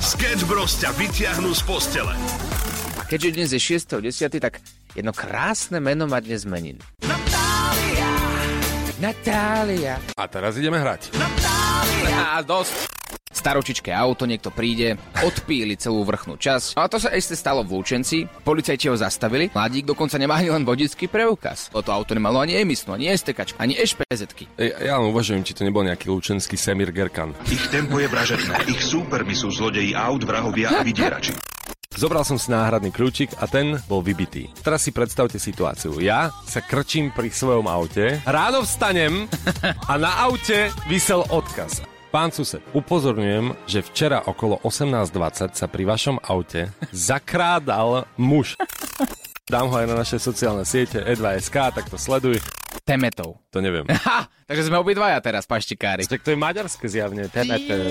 Sketch Bros ťa vyťahnú z postele. A keďže dnes je 6.10., tak jedno krásne meno má dnes menin. Natália. A teraz ideme hrať. Natália. A dosť. Staročičké auto, niekto príde, odpíli celú vrchnú časť. A to sa ešte stalo v Lučenci. Policajti ho zastavili. Mladík dokonca nemá ani len vodický preukaz. Toto auto nemalo ani emisnú, ani STK, ani ešpezetky. E, ja len uvažujem, či to nebol nejaký lučenský Semir Gerkan. Ich tempo je vražedné, ich súpermi sú zlodeji aut, vrahovia a vydierači. Zobral som si náhradný kľúčik a ten bol vybitý. Teraz si predstavte situáciu. Ja sa krčím pri svojom aute, ráno vstanem a na aute vysel odkaz. Pán sused, upozorňujem, že včera okolo 18.20 sa pri vašom aute zakrádal muž. Dám ho aj na naše sociálne siete E e2.sk, tak to sleduj. Temetov. To neviem. Ha! Takže sme obidvaja teraz, paštikári. Tak to je maďarské zjavne. TNT. No.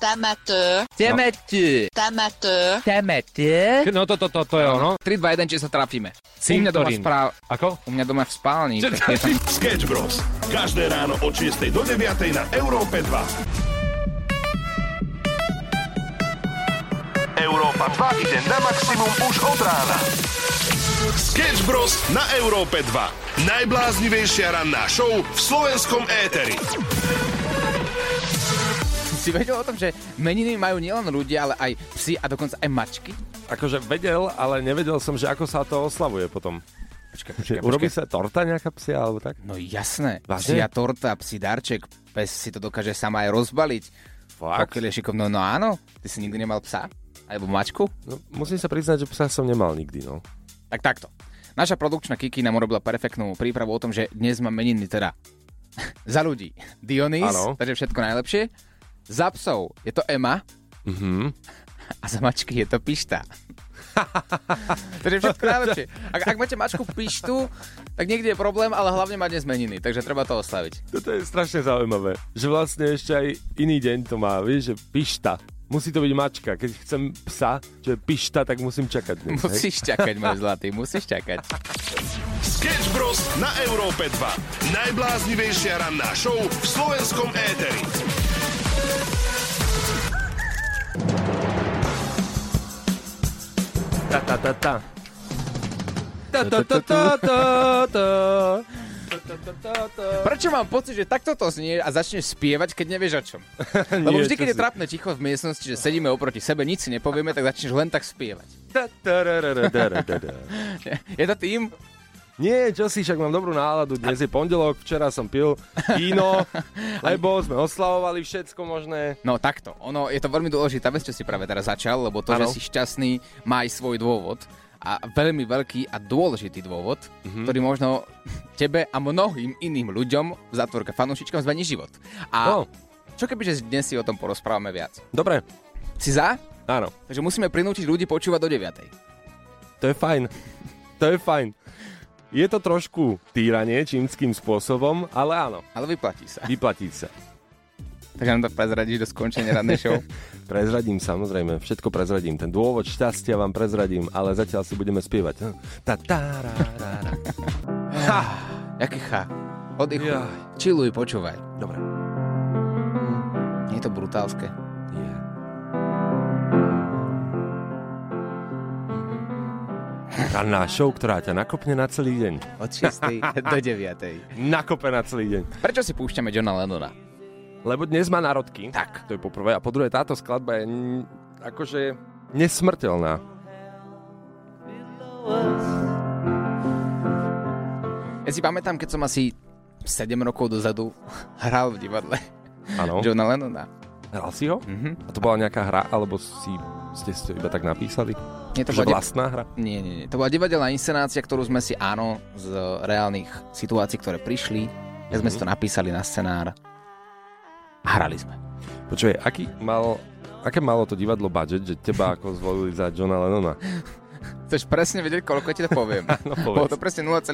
Tamateur, Temety. tamateur, Temety. No to, to, to, to je ono. 3, 2, 1, či sa trafíme. U mňa doma v, Cintorín. správ- Ako? u mňa doma v spálni. Čo- tak je tam- Sketch Bros. Každé ráno od 6 do 9 na Európe 2. Európa 2 ide na maximum už od rána. Sketch Bros. na Európe 2. Najbláznivejšia ranná show v slovenskom éteri. Si vedel o tom, že meniny majú nielen ľudia, ale aj psi a dokonca aj mačky? Akože vedel, ale nevedel som, že ako sa to oslavuje potom. Počkaj, Že počkaj, urobí počkaj. sa torta nejaká psia alebo tak? No jasné, psia Vážne? torta, psi darček, pes si to dokáže sama aj rozbaliť. Fakt? Pokiaľ je šikovno, no áno, ty si nikdy nemal psa? Alebo mačku? No, musím sa priznať, že psa som nemal nikdy, no. Tak takto. Naša produkčná Kiki nám urobila perfektnú prípravu o tom, že dnes mám meniny teda za ľudí. Dionys, Áno. takže všetko najlepšie. Za psov je to Ema Mhm. a za mačky je to Pišta. takže všetko najlepšie. Ak, ak máte mačku Pištu, tak niekde je problém, ale hlavne má dnes meniny, takže treba to oslaviť. Toto je strašne zaujímavé, že vlastne ešte aj iný deň to má, vieš, že pišta. Musí to byť mačka. Keď chcem psa, čo je pišta, tak musím čakať. dnes, hej? Musíš čakať, môj zlatý, musíš čakať. Sketch Bros. na Európe 2. Najbláznivejšia ranná show v slovenskom éteri. Ta, ta, ta, ta. Prečo mám pocit, že takto to znie a začneš spievať, keď nevieš o čom? Lebo Nie, vždy, čo keď je si. trápne ticho v miestnosti, že sedíme oproti sebe, nič si nepovieme, tak začneš len tak spievať. Ta, tarararararara. Je to tým? Nie, čo si, však mám dobrú náladu. Dnes je pondelok, včera som pil víno, lebo sme oslavovali všetko možné. No takto. Ono, je to veľmi dôležitá vec, čo si práve teraz začal, lebo to, Áno. že si šťastný, má aj svoj dôvod. A veľmi veľký a dôležitý dôvod, mm-hmm. ktorý možno tebe a mnohým iným ľuďom v zátvorke fanúšičkom zmení život. A No. čo keby, že dnes si o tom porozprávame viac? Dobre, Si za? áno, Takže musíme prinútiť ľudí počúvať do 9. to je fajn. To je fajn. Je to trošku týranie čínskym spôsobom, ale áno, Ale vyplatí sa. vyplatí sa. Takže nám to prezradíš do skončenia rannej show. Prezradím samozrejme, všetko prezradím. Ten dôvod šťastia vám prezradím, ale zatiaľ si budeme spievať. hm? Ta, tá, rá, rá, rá. Jaký chá? Oddychuj. Jaj. Chilluj, počúvaj. Dobre. Nie je to brutálske. Yeah. Ranná show, ktorá ťa nakopne na celý deň. Od 6. do 9. Nakope na celý deň. Prečo si púšťame Johna Lennona? Lebo dnes má národky. Tak. To je poprvé. A po druhé, táto skladba je n- akože nesmrteľná. Ja si pamätám, keď som asi 7 rokov dozadu hral v divadle Áno. Johna Lennona. Hral si ho? Mhm. A to bola nejaká hra, alebo si ste si to iba tak napísali? Nie, to Že bola, vlastná hra? nie, nie, nie. To bola divadelná inscenácia, ktorú sme si, áno, z reálnych situácií, ktoré prišli, ja sme si to napísali na scenár a hrali sme. Počuj, aký mal, aké malo to divadlo budget, že teba ako zvolili za Johna Lennona? Chceš presne vedieť, koľko ti to poviem. No Bolo to povedz. presne 0,0,0.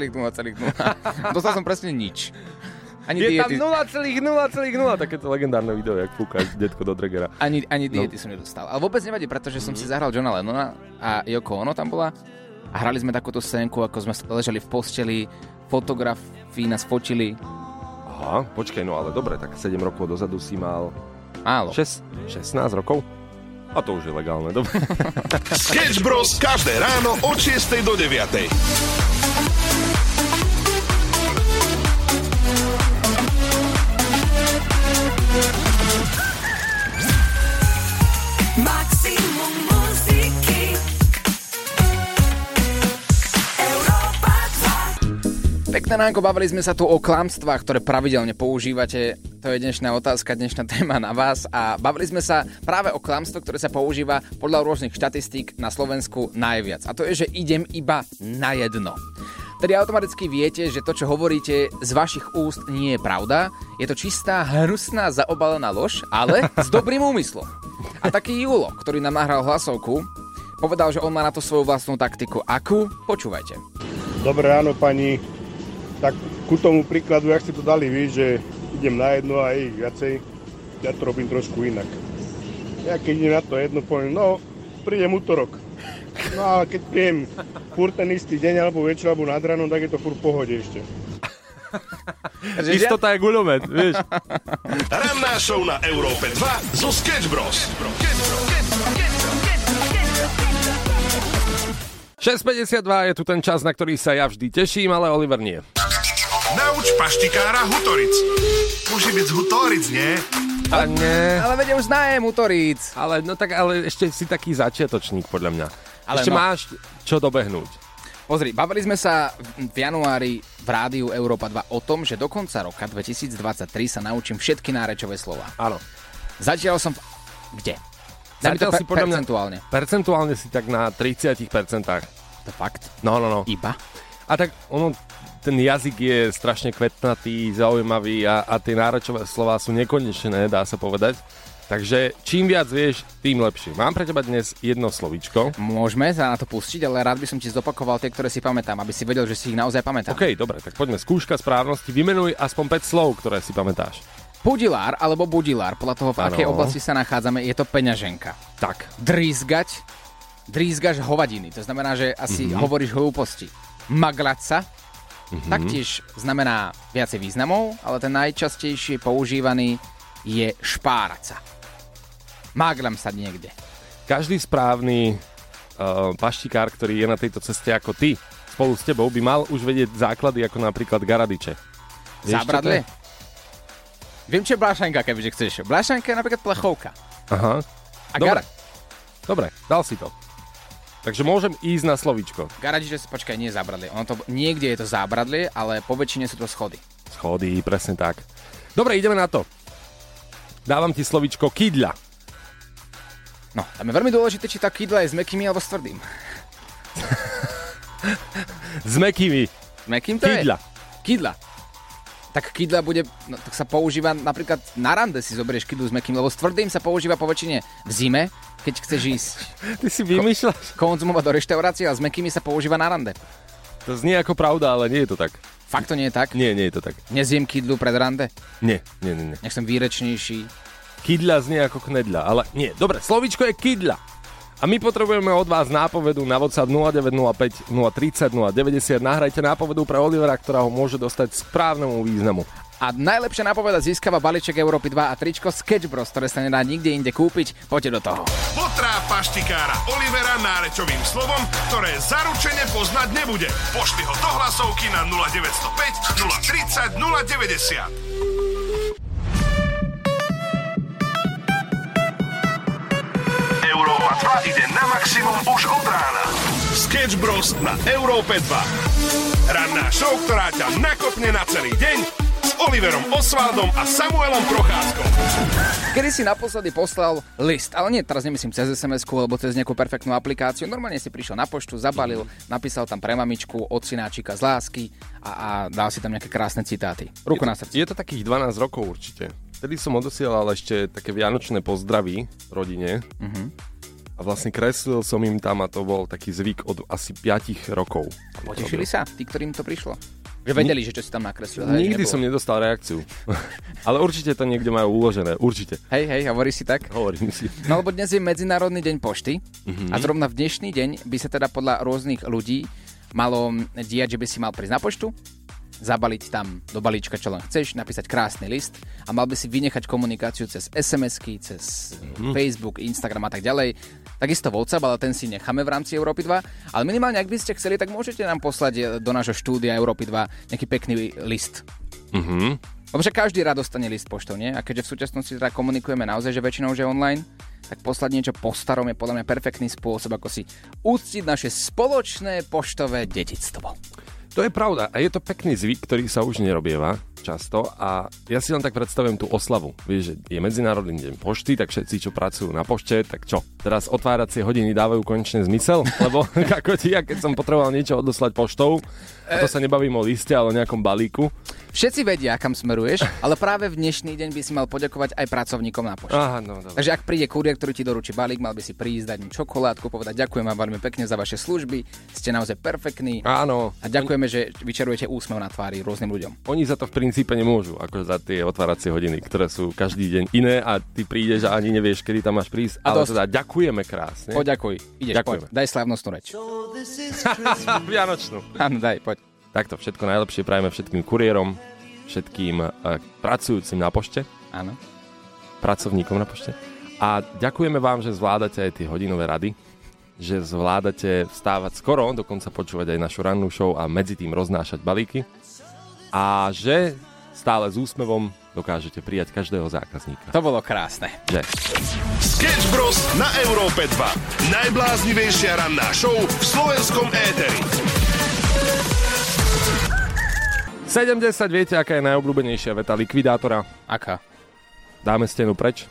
Dostal som presne nič. Ani Je tam diety, 0,0,0, takéto legendárne video, jak fúka detko do Dregera. ani, ani diety som nedostal. Ale vôbec nevadí, pretože som si zahral Johna Lennona a Joko Ono tam bola. A hrali sme takúto scénku, ako sme ležali v posteli, fotografii nás fotili. Aha, počkaj, no ale dobre, tak 7 rokov dozadu si mal Málo. 6, 16 rokov? A to už je legálne, dobre. Sketch Bros. každé ráno od 6 do 9. Máximum muziky Európa Pekné ránko, bavili sme sa tu o klamstvách, ktoré pravidelne používate. To je dnešná otázka, dnešná téma na vás. A bavili sme sa práve o klamstvo, ktoré sa používa podľa rôznych štatistík na Slovensku najviac. A to je, že idem iba na jedno. Tedy automaticky viete, že to, čo hovoríte z vašich úst, nie je pravda. Je to čistá, hrusná, zaobalená lož, ale s dobrým úmyslom. A taký Julo, ktorý nám nahral hlasovku, povedal, že on má na to svoju vlastnú taktiku. Akú? Počúvajte. Dobré ráno pani. Tak ku tomu príkladu, jak ste to dali vy, že idem na jedno a ich viacej, ja to robím trošku inak. Ja keď idem na to jedno, poviem, no, prídem útorok. No a keď príjem furt ten istý deň, alebo večer, alebo nad ránom, tak je to furt v pohode ešte. Istota je guľomet, vieš. Ranná show na Európe 2 zo Sketch Bros. 6.52 je tu ten čas, na ktorý sa ja vždy teším, ale Oliver nie. Nauč paštikára Hutoric. Môže byť z Hutoric, nie? A nie. Ale vedia, už znajem utoríc. Ale, no tak, ale ešte si taký začiatočník, podľa mňa. Ale ešte no. máš čo dobehnúť. Pozri, bavili sme sa v januári v rádiu Európa 2 o tom, že do konca roka 2023 sa naučím všetky nárečové slova. Áno. Zatiaľ som... v- Kde? Daj mi to Zatiaľ pe- percentuálne. Mňa, percentuálne si tak na 30%. To fakt? No, no, no. Iba? A tak ono, ten jazyk je strašne kvetnatý, zaujímavý a, a tie náročové slova sú nekonečné, dá sa povedať. Takže čím viac vieš, tým lepšie. Mám pre teba dnes jedno slovíčko. Môžeme sa na to pustiť, ale rád by som ti zopakoval tie, ktoré si pamätám, aby si vedel, že si ich naozaj pamätám. OK, dobre, tak poďme. Skúška správnosti. Vymenuj aspoň 5 slov, ktoré si pamätáš. Pudilár alebo budilár, podľa toho, v Áno. akej oblasti sa nachádzame, je to peňaženka. Tak, Drízgať, drízgaš hovadiny, to znamená, že Mhm. asi hovoríš hlúposti. Maglať sa, taktiež znamená viacej významov, ale ten najčastejšie používaný je špárať sa. Maglam sa niekde. každý správny uh, paštikár, ktorý je na tejto ceste ako ty, spolu s tebou, by mal už vedieť základy ako napríklad garadiče. Vieš, čo to je? Zábradlie. Viem, čo je blášanka, kebyže chceš. Blášanka je napríklad plechovka. Aha, A Dobre. gara- dobre, dal si to. Takže môžem ísť na slovíčko. Garadiče si počkaj, nie zábradlie. Ono to, niekde je to zábradlie, ale po väčšine sú to schody. Schody, presne tak. Dobre, ideme na to. Dávam ti slovíčko kydľa. No, tam je veľmi dôležité, či tá kýdla je s mekými alebo s tvrdým. S mekými. S mekým to je? Kydľa. Kydla. Tak kydla bude, no, tak sa používa napríklad na rande si zoberieš kydlu s mekým, lebo s tvrdým sa používa po väčšine v zime, keď chceš ísť Ty si vymýšľaš. konzumovať do reštaurácie a s mekými sa používa na rande. To znie ako pravda, ale nie je to tak. Fakt to nie je tak? Nie, nie je to tak. Nezjem kydlu pred rande? Nie, nie, nie. nie. Nech som výrečnejší. Kydľa znie ako knedľa, ale nie. Dobre, slovíčko je kydľa. A my potrebujeme od vás nápovedu na WhatsApp 0905 030 090. Nahrajte nápovedu pre Olivera, ktorá ho môže dostať správnemu významu. A najlepšia nápoveda získava balíček Európy 2 a tričko Sketch Bros, ktoré sa nedá nikde inde kúpiť. Poďte do toho. Potrá paštikára Olivera nárečovým slovom, ktoré zaručene poznať nebude. Pošli ho do hlasovky na 0905 030 090. Európa 2 ide na maximum už od rána. Sketch Bros. na Európe 2. Ranná show, ktorá ťa nakopne na celý deň s Oliverom Osvaldom a Samuelom Procházkom. Kedy si naposledy poslal list, ale nie, teraz nemyslím cez sms alebo cez nejakú perfektnú aplikáciu, normálne si prišiel na poštu, zabalil, Mhm. napísal tam pre mamičku od synáčika z lásky a, a dal si tam nejaké krásne citáty. Ruku na srdci. Je to takých 12 rokov určite. Vtedy som odosielal ešte také vianočné pozdravy rodine. Mm-hmm. Mhm. A vlastne kreslil som im tam a to bol taký zvyk od asi 5 rokov. Potešili sa tí, ktorým to prišlo? Že vedeli, že čo si tam nakreslil. hej, Nikdy nebolo. som nedostal reakciu. Ale určite to niekde majú uložené. Určite. Hej, hej, hovorí si tak? Hovorím si. No lebo dnes je Medzinárodný deň pošty a zrovna v dnešný deň by sa teda podľa rôznych ľudí malo diať, že by si mal prísť na poštu, zabaliť tam do balíčka, čo len chceš, napísať krásny list a mal by si vynechať komunikáciu cez SMS-ky, cez mm. Facebook, Instagram a tak ďalej. Takisto WhatsApp, ale ten si necháme v rámci Európy 2. Ale minimálne, ak by ste chceli, tak môžete nám poslať eh, do nášho štúdia Európy 2 nejaký pekný list. Lebo však každý rád dostane list poštou, nie? A keďže v súčasnosti teda komunikujeme naozaj, že väčšinou že online, tak poslať niečo po starom je podľa mňa perfektný spôsob, ako si uctiť naše spoločné poštové dedictvo. To je pravda a je to pekný zvyk, ktorý sa už nerobieva často a ja si len tak predstavujem tú oslavu. Vieš, že je Medzinárodný deň pošty, tak všetci, čo pracujú na pošte, tak čo? Teraz otváracie hodiny dávajú konečne zmysel? Lebo ako ti, ja keď som potreboval niečo odoslať poštou, a to sa nebavím o liste, ale o nejakom balíku. Všetci vedia, kam smeruješ, ale práve v dnešný deň by si mal poďakovať aj pracovníkom na pošte. Aha, no, dobre. Takže ak príde kurier, ktorý ti doručí balík, mal by si prísť, dať mu čokoládku, povedať ďakujem vám veľmi pekne za vaše služby, ste naozaj perfektní Áno, a ďakujeme, že vyčarujete úsmev na tvári rôznym ľuďom. oni za to v princípe nemôžu, ako za tie otváracie hodiny, ktoré sú každý deň iné a ty prídeš a ani nevieš, kedy tam máš prísť. A Ale dosť. teda ďakujeme krásne. Poďakuj, ideš, Ďakujeme. poď, daj slávnostnú reč. Vianočnú. Áno, daj, poď. Takto všetko najlepšie prajeme všetkým kuriérom, všetkým eh, pracujúcim na pošte, Áno. pracovníkom na pošte. A ďakujeme vám, že zvládate aj tie hodinové rady, že zvládate vstávať skoro, dokonca počúvať aj našu rannú show a medzi tým roznášať balíky. A že stále s úsmevom dokážete prijať každého zákazníka. To bolo krásne. Že? Sketch Bros. na Európe 2. Najbláznivejšia ranná show v slovenskom éteri. 70, viete, aká je najobľúbenejšia veta likvidátora? Aká? Dáme stenu preč.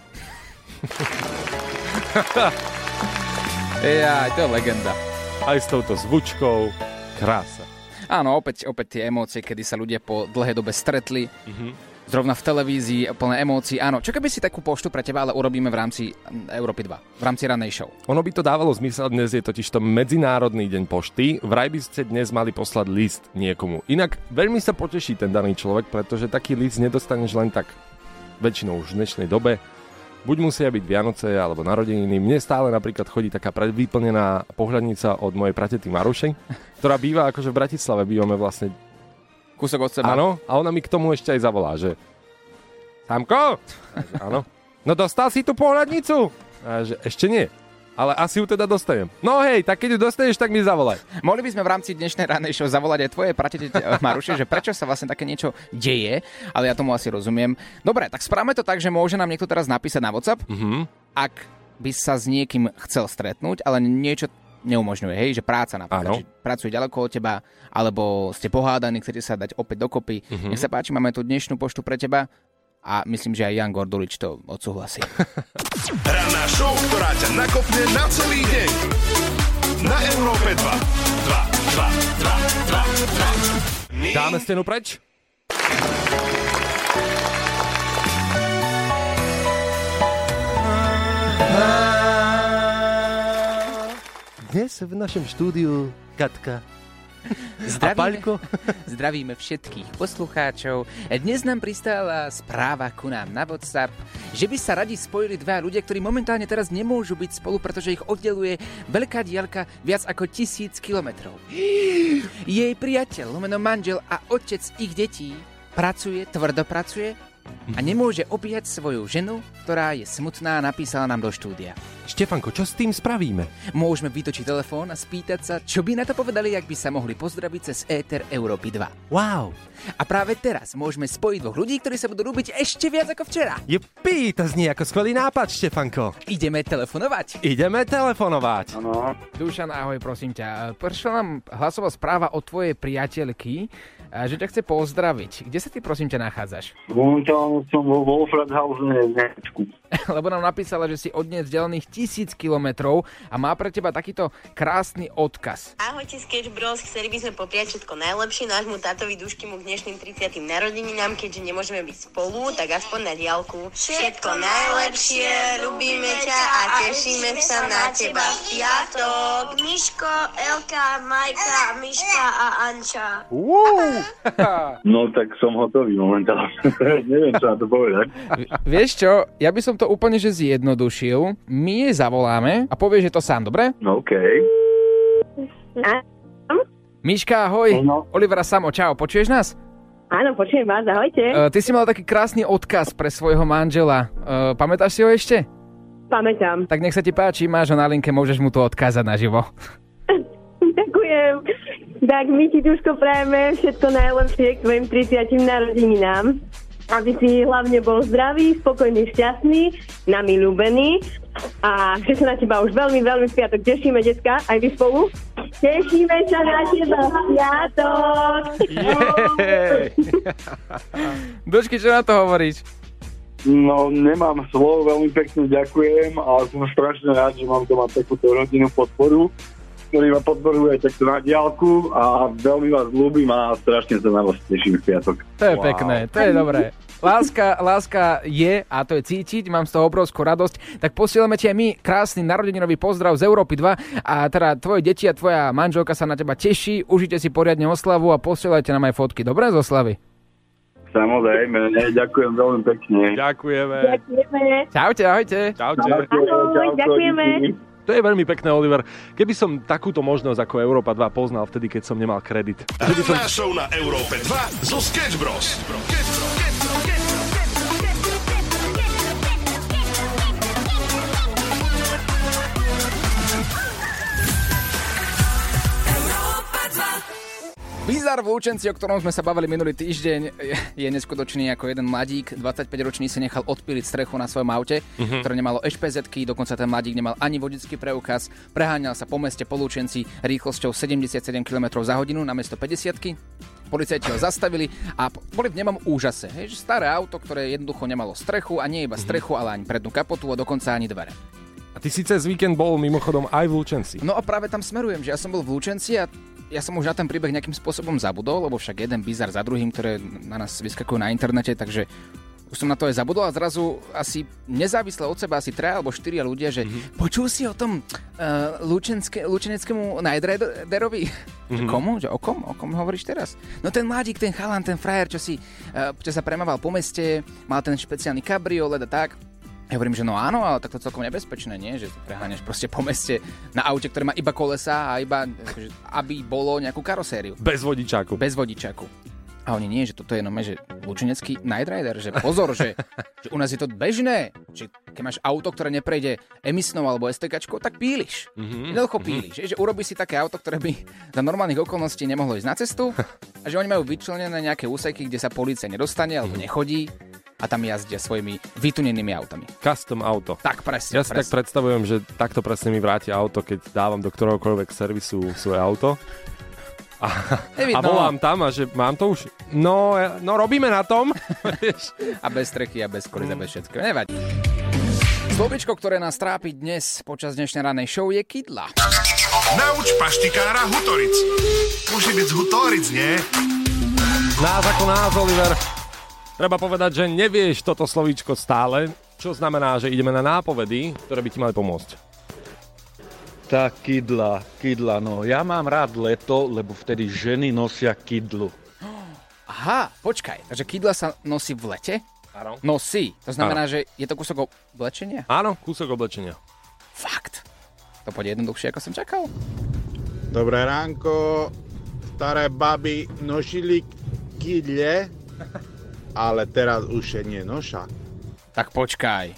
Ja, E, to je legenda. Aj s touto zvučkou. Krása. Áno, opäť, opäť tie emócie, kedy sa ľudia po dlhej dobe stretli. Zrovna v televízii, plné emócií. Áno, čo keby si takú poštu pre teba, ale urobíme v rámci mm, Európy 2, v rámci ranej show. Ono by to dávalo zmysel, dnes je totiž to Medzinárodný deň pošty, vraj by ste dnes mali poslať list niekomu. Inak veľmi sa poteší ten daný človek, pretože taký list nedostaneš len tak. Väčšinou už v dnešnej dobe buď musia byť Vianoce alebo narodeniny. Mne stále napríklad chodí taká predvyplnená pohľadnica od mojej pratety Marušej, ktorá býva akože v Bratislave, bývame vlastne Kúsok od seba. Áno, a ona mi k tomu ešte aj zavolá, že... Samko? A že Áno. No dostal si tú pohľadnicu? A že ešte nie. Ale asi ju teda dostanem. No hej, tak keď ju dostaneš, tak mi zavolaj. Mohli by sme v rámci dnešnej ranej show zavolať aj tvoje pratete Maruše, že prečo sa vlastne také niečo deje, ale ja tomu asi rozumiem. Dobre, tak správame to tak, že môže nám niekto teraz napísať na WhatsApp, ak by sa s niekým chcel stretnúť, ale niečo neumožňuje, hej, že práca Áno. napríklad, že pracuje ďaleko od teba, alebo ste pohádaní, chcete sa dať opäť dokopy. Nech sa páči, máme tu dnešnú poštu pre teba a myslím, že aj Jan Gordulič to odsúhlasí. Ranná show, ktorá ťa nakopne na celý deň. Na Európe 2. 2, 2, 2, 2, 2. Dáme stenu preč? Dnes v našom štúdiu Katka Zdravíme, zdravíme všetkých poslucháčov. Dnes nám pristála správa ku nám na WhatsApp, že by sa radi spojili dva ľudia, ktorí momentálne teraz nemôžu byť spolu, pretože ich oddeluje veľká diaľka viac ako tisíc kilometrov. Jej priateľ, lomeno manžel a otec ich detí pracuje, tvrdo pracuje a nemôže objať svoju ženu, ktorá je smutná, napísala nám do štúdia. Štefanko, čo s tým spravíme? Môžeme vytočiť telefón a spýtať sa, čo by na to povedali, ak by sa mohli pozdraviť cez Éter Európy 2. Wow, A práve teraz môžeme spojiť dvoch ľudí, ktorí sa budú ľúbiť ešte viac ako včera. je pí, to znie ako skvelý nápad, Štefanko. Ideme telefonovať. Ideme telefonovať. Dušan, ahoj, prosím ťa. E, Prišla nám hlasová správa od tvojej priateľky, e, že ťa chce pozdraviť. Kde sa ty, prosím ťa, nachádzaš? Momentálne som vo Wolfrathausene v Nemecku. Lebo nám napísala, že si od nej vzdialených tisíc kilometrov a má pre teba takýto krásny odkaz. Ahojte Sketch Bros, chceli by sme popriať všetko najlepšie nášmu tátovi Dušky mu k dnešným 30. narodeninám, keďže nemôžeme byť spolu, tak aspoň na diálku. Všetko najlepšie, ľubíme ťa a tešíme sa na teba v piatok. Miško, Elka, Majka, Miška a Anča. No tak som hotový momentálne. Neviem, čo na to povedať. Vieš čo, ja by som to úplne že zjednodušil. My jej zavoláme a povieš, že to sám, dobre? No OK. Miška, ahoj. No. Olivera Samo, čau, počuješ nás? Áno, počujem vás, ahojte. E, ty si mal taký krásny odkaz pre svojho manžela. E, pamätáš si ho ešte? Pamätám. Tak nech sa ti páči, máš ho na linke, môžeš mu to odkázať naživo. Ďakujem. Tak my ti, Duško, prajeme všetko najlepšie k tvojim 30. narodeninám. Aby si hlavne bol zdravý, spokojný, šťastný, nami ľúbený. A že sa na teba už veľmi, veľmi v piatok tešíme, detka, aj vy spolu. Tešíme sa na teba v piatok. Jej. Dušky, čo na to hovoríš? No, nemám slov, veľmi pekne ďakujem a som strašne rád, že mám doma takúto rodinnú podporu, ktorý ma podporuje takto na diálku a veľmi vás ľúbim a strašne sa na vás teším v piatok. To je wow. pekné, to je dobré. Láska, láska je a to je cítiť, mám z toho obrovskú radosť, tak posielame ti aj my krásny narodeninový pozdrav z Európy 2 a teda tvoje deti a tvoja manželka sa na teba teší, užite si poriadne oslavu a posielajte nám aj fotky, dobre z oslavy? Samozrejme, ne, ďakujem veľmi pekne. Ďakujeme. Ďakujeme. Čaute, ahojte. Čaute. Ahoj, ďakujeme. To je veľmi pekné, Oliver. Keby som takúto možnosť ako Európa 2 poznal vtedy, keď som nemal kredit. Ranná show na Európe 2 zo Sketch Bros. Bizar v Lučenci, o ktorom sme sa bavili minulý týždeň, je- je neskutočný ako jeden mladík. 25-ročný si nechal odpíliť strechu na svojom aute, mm-hmm. ktoré nemalo hpz dokonca ten mladík nemal ani vodický preukaz. Preháňal sa po meste po Lučenci rýchlosťou 77 km za hodinu namiesto 50 Policajti ho zastavili a p- boli v nemom úžase. Hej, že staré auto, ktoré jednoducho nemalo strechu a nie iba strechu, ale ani prednú kapotu a dokonca ani dvere. A ty si cez víkend bol mimochodom aj v Lučenci. No a práve tam smerujem, že ja som bol v Lučenci a ja som už na ten príbeh nejakým spôsobom zabudol, lebo však jeden bizar za druhým, ktoré na nás vyskakujú na internete, takže už som na to aj zabudol a zrazu asi nezávisle od seba asi traja alebo štyria ľudia, že mm-hmm. počul si o tom uh, Lučenske, Lučeneckému Najdrederovi? Mm-hmm. Komu? Že o kom? O kom hovoríš teraz? No ten mladík, ten chalan, ten frajer, čo, si, uh, čo sa premával po meste, mal ten špeciálny kabriolet a tak. Ja hovorím, že no áno, ale tak to celkom nebezpečné, nie? Že preháňaš proste po meste na aute, ktoré má iba kolesa a iba, akože, aby bolo nejakú karosériu. Bez vodičáku. Bez vodičaku. A oni nie, že toto je nome, že lučinecký Night Rider, že pozor, že, že u nás je to bežné. Že keď máš auto, ktoré neprejde emisnou alebo STKčkou, tak píliš. Mm-hmm. Jednoducho píliš. Mm-hmm. Že urobíš si také auto, ktoré by za normálnych okolností nemohlo ísť na cestu a že oni majú vyčlenené nejaké úseky, kde sa polícia nedostane alebo nechodí a tam jazdia svojimi vytunenými autami. Custom auto. Tak presne. Ja si tak presne. predstavujem, že takto presne mi vráti auto, keď dávam do ktoréhokoľvek servisu svoje auto. A, a Nevidno. volám tam a že mám to už. No, e, no robíme na tom. Vieš. A bez strechy a bez Mm. koryza, bez všetkého. Nevadí. Slovičko, ktoré nás trápi dnes počas dnešnej ranej show je kidla. Nauč paštikára Hutoric. Môže byť Hutoric, nie? nás ako nás, Oliver. Treba povedať, že nevieš toto slovíčko stále, čo znamená, že ideme na nápovedy, ktoré by ti mali pomôcť. Tá kidla, kidla, no ja mám rád leto, lebo vtedy ženy nosia kidlu. Aha, počkaj, takže kidla sa nosí v lete? Áno. Nosí, to znamená, že je to kúsok oblečenia? Áno, kúsok oblečenia. Fakt. To pôjde jednoduchšie, ako som čakal. Dobré ránko. Staré baby nosili kidle, ale teraz už je nenoša. Tak počkaj.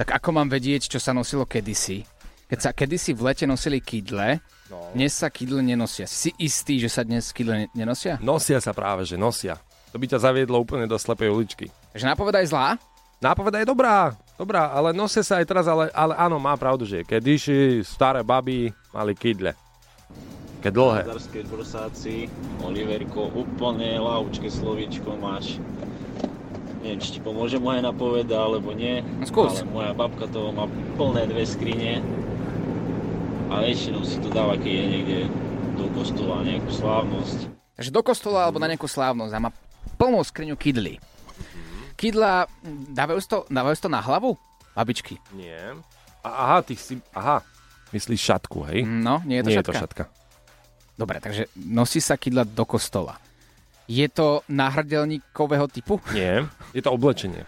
Tak ako mám vedieť, čo sa nosilo kedysi? Keď sa kedysi v lete nosili kidle, no. dnes sa kidle nenosia. Si istý, že sa dnes kidle ne- nenosia? Nosia sa práve, že nosia. To by ťa zaviedlo úplne do slepej uličky. Takže napovedaj zlá? Nápoveda je dobrá, dobrá, ale nosia sa aj teraz, ale, ale áno, má pravdu, že kedyši staré baby mali kidle. Keď dlhé. Zárskej brusáci, Oliverko, úplne laučké slovíčko máš. Neviem, či ti pomôže moja napoveda, alebo nie. No skús. Ale moja babka toho má plné dve skrine. A väčšinou si to dáva, keď je niekde do kostola nejakú slávnosť. Takže do kostola alebo na nejakú slávnosť a má plnú skriňu kidly. Kidla, mm, dávajú si to, dávajú si to na hlavu? Babičky. Nie. A, aha, ty si... Aha. Myslíš šatku, hej? No, nie je to, Nie Mm, je šatka. to šatka. Dobre, takže nosí sa kidla do kostola. Je to náhrdelníkového typu? Nie. Je to oblečenie.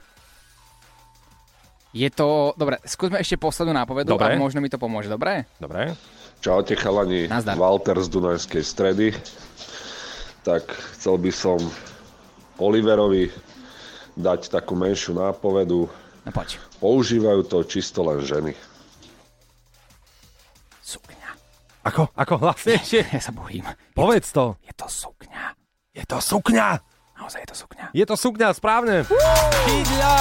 Je to... Dobre, skúsme ešte poslednú nápovedu a Dobre. možno mi to pomôže, dobre? Dobre. Čaute chalani, Nazdar. Walter z Dunajskej stredy. Tak chcel by som Oliverovi dať takú menšiu nápovedu. No poď. Používajú to čisto len ženy. Ako? Ako hlasnejšie? Ja sa bojím. Povedz to. Je to sukňa. Je to sukňa. Naozaj je to sukňa. Je to sukňa, správne. Kýdľa.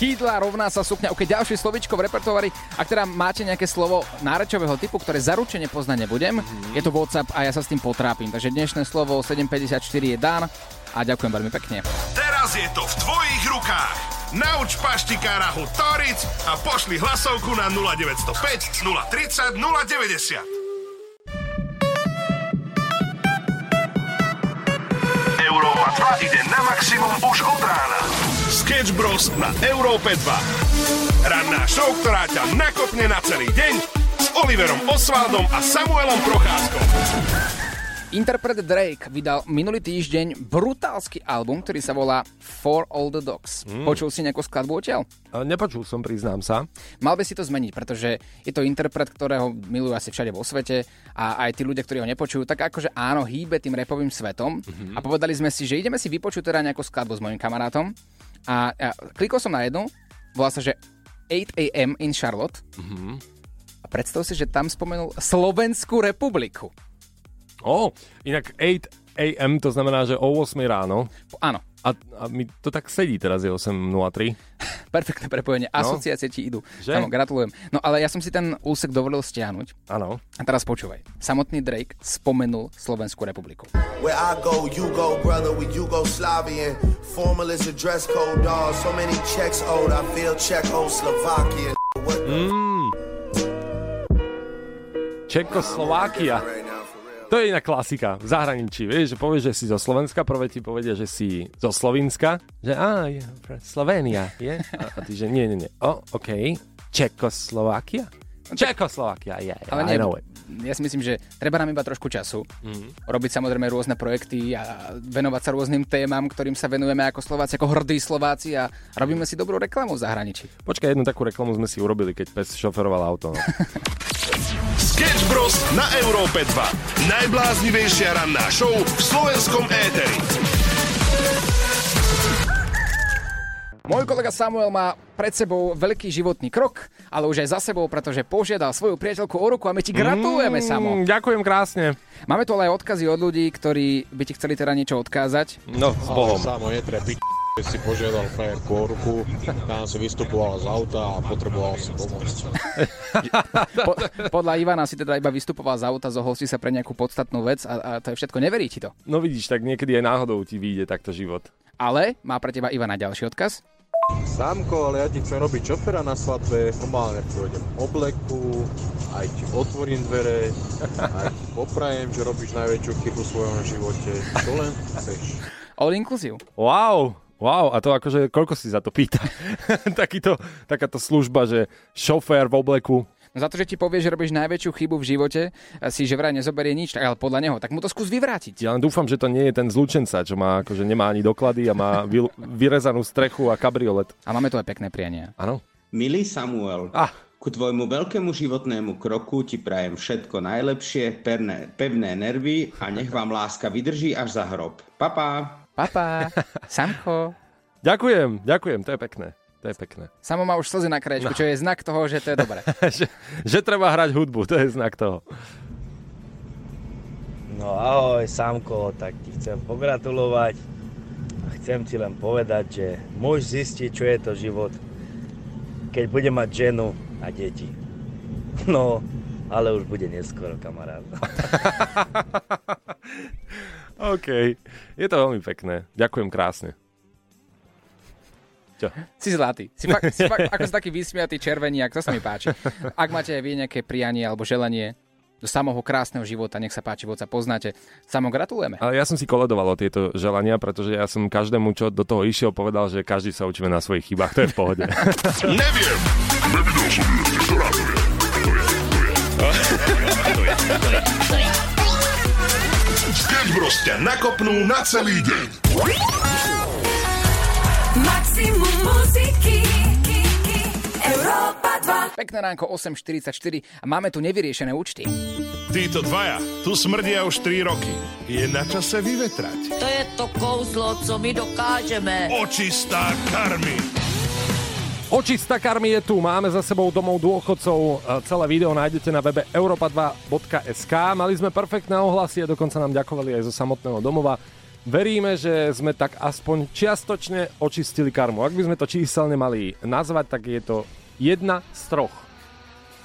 Kýdla rovná sa sukňa. Ok, ďalšie slovičko v repertoári. Ak teda máte nejaké slovo nárečového typu, ktoré zaručene poznať nebudem, je to WhatsApp a ja sa s tým potrápim. Takže dnešné slovo 754 je Dan a ďakujem veľmi pekne. Teraz je to v tvojich rukách. Nauč paštikára ho Toric a pošli hlasovku na 0905 030 090. Európa 2 ide na maximum už od rána. Sketch Bros. na Európe 2. Ranná show, ktorá ťa nakopne na celý deň s Oliverom Osvaldom a Samuelom Procházkom. Interpret Drake vydal minulý týždeň brutálsky album, ktorý sa volá For All The Dogs. Mm. Počul si nejakú skladbu odtiaľ? E, Nepočul som, priznám sa. Mal by si to zmeniť, pretože je to interpret, ktorého milujú asi všade vo svete a aj tí ľudia, ktorí ho nepočujú, tak akože áno, hýbe tým repovým svetom Mhm. a povedali sme si, že ideme si vypočuť teda nejakú skladbu s mojim kamarátom a, a klikol som na jednu, volá sa, že 8 AM in Charlotte Mhm. a predstav si, že tam spomenul Slovenskú republiku. Ó, inak 8 AM, to znamená, že o 8 ráno. Áno. A, a mi to tak sedí teraz, je 8.03. Perfektné prepojenie. No. Asociácie ti idú. Že? Samo, gratulujem. No ale ja som si ten úsek dovolil stiahnuť. Áno. A teraz počúvaj. Samotný Drake spomenul Slovenskú republiku. Where I go, you go, brother, we Yugoslavian. Formal is a dress code, dawg. So many checks owed, I feel Czechoslovakian. What the Mm. Čekoslovákia. To je iná klasika v zahraničí, vieš, že povieš, že si zo Slovenska, prvé ti povedia, že si zo Slovenska, že á, je pre- Slovénia, je? A, a ty, že nie, nie, nie, o, OK, Čekoslovákia? Čekoslovákia, je, yeah, No Ale I nie, know it. ja si myslím, že treba nám iba trošku času, mm. robiť samozrejme rôzne projekty a venovať sa rôznym témam, ktorým sa venujeme ako Slováci, ako hrdí Slováci a robíme si dobrú reklamu v zahraničí. Počkaj, jednu takú reklamu sme si urobili, keď pes šoferoval auto. no. Sketch Bros. na Európe 2. Najbláznivejšia ranná show v slovenskom éteri. Môj kolega Samuel má pred sebou veľký životný krok, ale už aj za sebou, pretože požiadal svoju priateľku o ruku a my ti gratulujeme, Mm, Samo. Ďakujem krásne. Máme tu ale aj odkazy od ľudí, ktorí by ti chceli teda niečo odkázať. No, s Bohom. Samo netre pič, že si požiadal frajerku o ruku, tam si vystupoval z auta a potreboval si pomôcť. Po, podľa Ivana si teda iba vystupoval z auta, zohol si sa pre nejakú podstatnú vec a, a to je všetko. Neverí ti to. No vidíš, tak niekedy aj náhodou ti vyjde takto život. Ale má pre teba Ivana ďalší odkaz. Sámko, ale ja ti chcem robiť čofera na svadbe, formálne pôjdem obleku, aj ti otvorím dvere, aj ti poprajem, že robíš najväčšiu chybu v svojom živote, čo len chceš. All inclusive. Wow, wow, a to akože, koľko si za to pýta? Takýto, takáto služba, že šofér v obleku. No za to, že ti povie, že robíš najväčšiu chybu v živote, si že vraj nezoberie nič, tak ale podľa neho, tak mu to skús vyvrátiť. Ja len dúfam, že to nie je ten zlučenca, čo má, akože nemá ani doklady a má vyl- vyrezanú strechu a kabriolet. A máme tu aj pekné priania. Áno. Milý Samuel, ah. ku tvojmu veľkému životnému kroku ti prajem všetko najlepšie, perné, pevné nervy a nech vám láska vydrží až za hrob. Papa! Papa, Samko. Ďakujem, ďakujem, to je pekné. To je pekné. Samo má už slzy na kraječku, No. čo je znak toho, že to je dobré. že, že treba hrať hudbu, to je znak toho. No ahoj, Samko, tak ti chcem pogratulovať a chcem ti len povedať, že môžeš zistiť, čo je to život, keď bude mať ženu a deti. No, ale už bude neskoro, kamarát. OK, je to veľmi pekné. Ďakujem krásne. Čo? Si zlatý. Si fakt, si fakt ako si taký vysmiatý červeniak, to sa mi páči. Ak máte aj vy nejaké prianie alebo želanie do samého krásneho života, nech sa páči, voca poznáte. Samo gratulujeme. Ale ja som si koledoval o tieto želania, pretože ja som každému, čo do toho išiel, povedal, že každý sa učíme na svojich chybách, to je v pohode. Neviem. Nevidel som ju ešte, čo rád je. To je, to je. Sketch Bros. ťa nakopnú na celý deň. Maximum muziky Európa Pekné ránko 8.44 a máme tu nevyriešené účty. Títo dvaja tu smrdia už 3 roky. Je na čase vyvetrať. To je to kouzlo, co my dokážeme. Očistá karmy. Očista karmy je tu, máme za sebou domov dôchodcov, E, celé video nájdete na webe europa2.sk. Mali sme perfektné ohlasy a dokonca nám ďakovali aj zo samotného domova. Veríme, že sme tak aspoň čiastočne očistili karmu. Ak by sme to číselne mali nazvať, tak je to jedna z troch.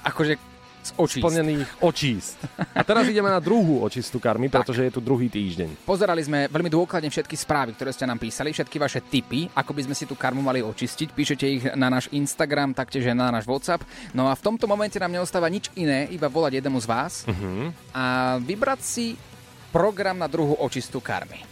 Akože z očíst. Splnených očíst. A teraz ideme na druhú očistu karmy, pretože je tu druhý týždeň. Pozerali sme veľmi dôkladne všetky správy, ktoré ste nám písali, všetky vaše tipy, ako by sme si tú karmu mali očistiť. Píšete ich na náš Instagram, taktiež na náš WhatsApp. No a v tomto momente nám neostáva nič iné, iba volať jednému z vás Mhm. a vybrať si program na druhú očistu karmy.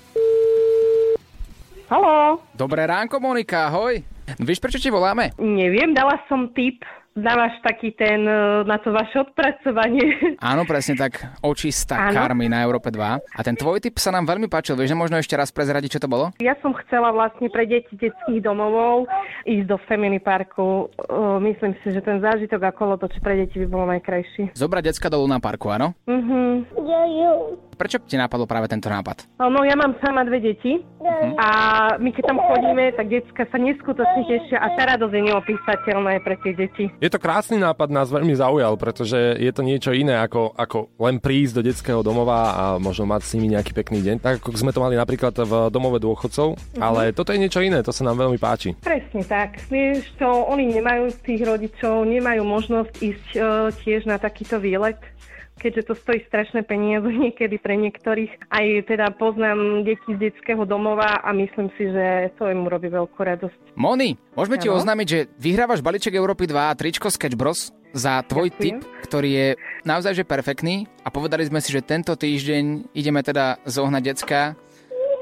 Haló, Dobré ránko, Monika, ahoj. Vieš, prečo ti voláme? neviem, dala som tip na váš taký ten, eh, na to vaše odpracovanie. Áno, presne tak. Očista Áno. karmy na Európe 2. A ten tvoj tip sa nám veľmi páčil. Vieš, že možno ešte raz prezradiť, čo to bolo? Ja som chcela vlastne pre deti detských domovov ísť do Family Parku. Eh, Myslím si, že ten zážitok a kolotoč pre deti by bol najkrajší. Zobrať decka do Luna Parku, áno? Mhm. Prečo ti napadol práve tento nápad? No ja mám sama dve deti a my keď tam chodíme, tak detská sa neskutočne tešia a tá radosť je neopísateľná aj pre tie deti. Je to krásny nápad, nás veľmi zaujal, pretože je to niečo iné ako, ako len prísť do detského domova a možno mať s nimi nejaký pekný deň. Tak ako sme to mali napríklad v domove dôchodcov, Mhm. ale toto je niečo iné, to sa nám veľmi páči. Presne tak. Vieš to, oni nemajú tých rodičov, nemajú možnosť ísť e, tiež na takýto výlet keďže to stojí strašné peniaze niekedy pre niektorých. Aj teda poznám deti z detského domova a myslím si, že to im urobí veľkú radosť. Moni, môžeme ti Áno. oznámiť, že vyhrávaš balíček Európy 2 a tričko Sketch Bros za tvoj tip, Ďakujem. ktorý je naozaj že perfektný a povedali sme si, že tento týždeň ideme teda zohnať decka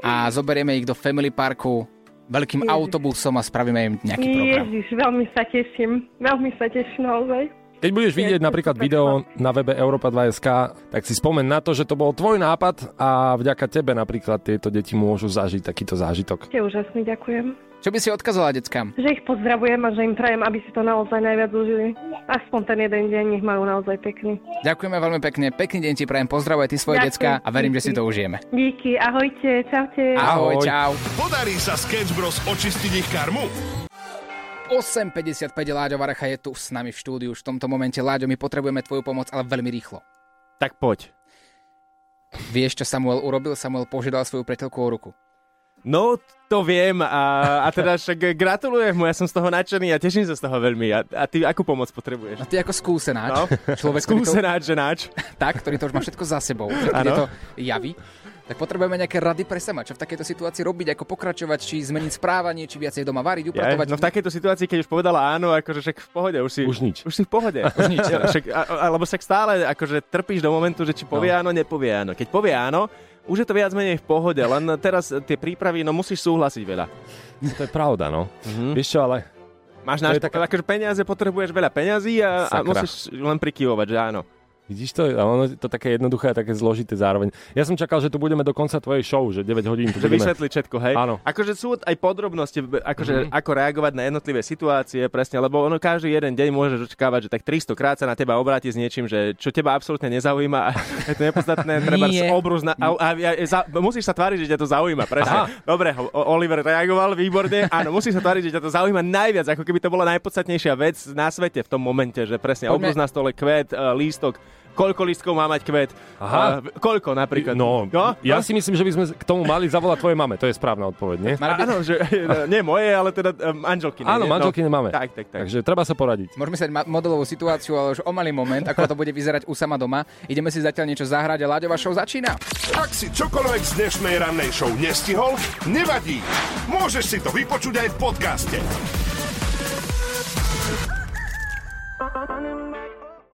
a zoberieme ich do Family Parku veľkým autobusom a spravíme im nejaký program. Ježiš, veľmi sa teším. Veľmi sa teším naozaj. Keď budeš vidieť napríklad video na webe Europa 2.sk, tak si spomen na to, že to bol tvoj nápad a vďaka tebe napríklad tieto deti môžu zažiť takýto zážitok. Ste úžasní, ďakujem. Čo by si odkazala deckám? Že ich pozdravujem a že im prajem, aby si to naozaj najviac užili. Aspoň ten jeden deň, nech majú naozaj pekný. Ďakujeme veľmi pekne, pekný deň ti prajem, pozdravuj ty svoje Ďakujem. decka a verím, že si to užijeme. Díky, ahojte, čaute. Ahoj, čau. Podarí sa Sketch Bros očistiť ich karmu? 8.55 Láďo Varecha je tu s nami v štúdiu už v tomto momente. Láďo, my potrebujeme tvoju pomoc, ale veľmi rýchlo. Tak poď. Vieš, čo Samuel urobil? Samuel požiadal svoju priateľku o ruku. No, to viem a, a teda však gratulujem mu, ja som z toho nadšený a teším sa z toho veľmi. A, a ty akú pomoc potrebuješ? A ty ako skúsenáč, No. človek, ktorý Skúsenáč, to, ženáč. Tak, ktorý to už má všetko za sebou, všetky Áno. tieto javy. Tak potrebujeme nejaké rady pre sama, čo v takejto situácii robiť, ako pokračovať, či zmeniť správanie, či viacej doma variť, Ja, upratovať. no v takejto situácii, keď už povedala áno, akože však v pohode, už si, už nič. Už si v pohode. Už nič. však, a, a- alebo však stále akože trpíš do momentu, že či povie áno, nepovie áno. Keď povie áno, už je to viac menej v pohode, len No teraz tie prípravy, no musíš súhlasiť veľa. To je pravda, no. Mhm. Vieš čo, ale... To Máš je náš, taká... akože peniaze, potrebuješ veľa peňazí a, a Sakra. musíš len prikyvovať, že áno. Vidíš to? A Ono je to také jednoduché a také zložité zároveň. Ja som čakal, že tu budeme do konca tvojej show, že 9 hodín tu Že budeme. vysvetliť všetko, hej? Áno. Akože sú aj podrobnosti, b- Mhm. akože ako reagovať na jednotlivé situácie, presne, lebo ono každý jeden deň môžeš očakávať, že tak 300 krát sa na teba obráti s niečím, že čo teba absolútne nezaujíma a je to nepodstatné, treba Nie. obrus na, a, a, a, za, musíš sa tváriť, že ťa to zaujíma, presne. Dobre, ho- o, Oliver reagoval výborne, áno, musíš sa tváriť, že ťa to zaujíma najviac, ako keby to bola najpodstatnejšia vec na svete v tom momente, že presne, Poďme- obrus na stole, kvet, e, lístok, koľko lístkov má mať kvet, Aha. e, koľko napríklad. No, No, ja no. si myslím, že by sme k tomu mali zavolať tvojej mame. To je správna odpoveď, nie? A- Áno, že, nie moje, ale teda um, manželky. No. Áno, manželky nemáme. Tak, tak, tak. Takže treba sa poradiť. Môžeme sa dať ma- modelovú situáciu, ale už o malý moment, ako to bude vyzerať u sama doma. Ideme si zatiaľ niečo zahrať a Láďova show začína. Ak si čokoľvek z dnešnej rannej show nestihol, nevadí. Môžeš si to vypočuť aj v podcaste.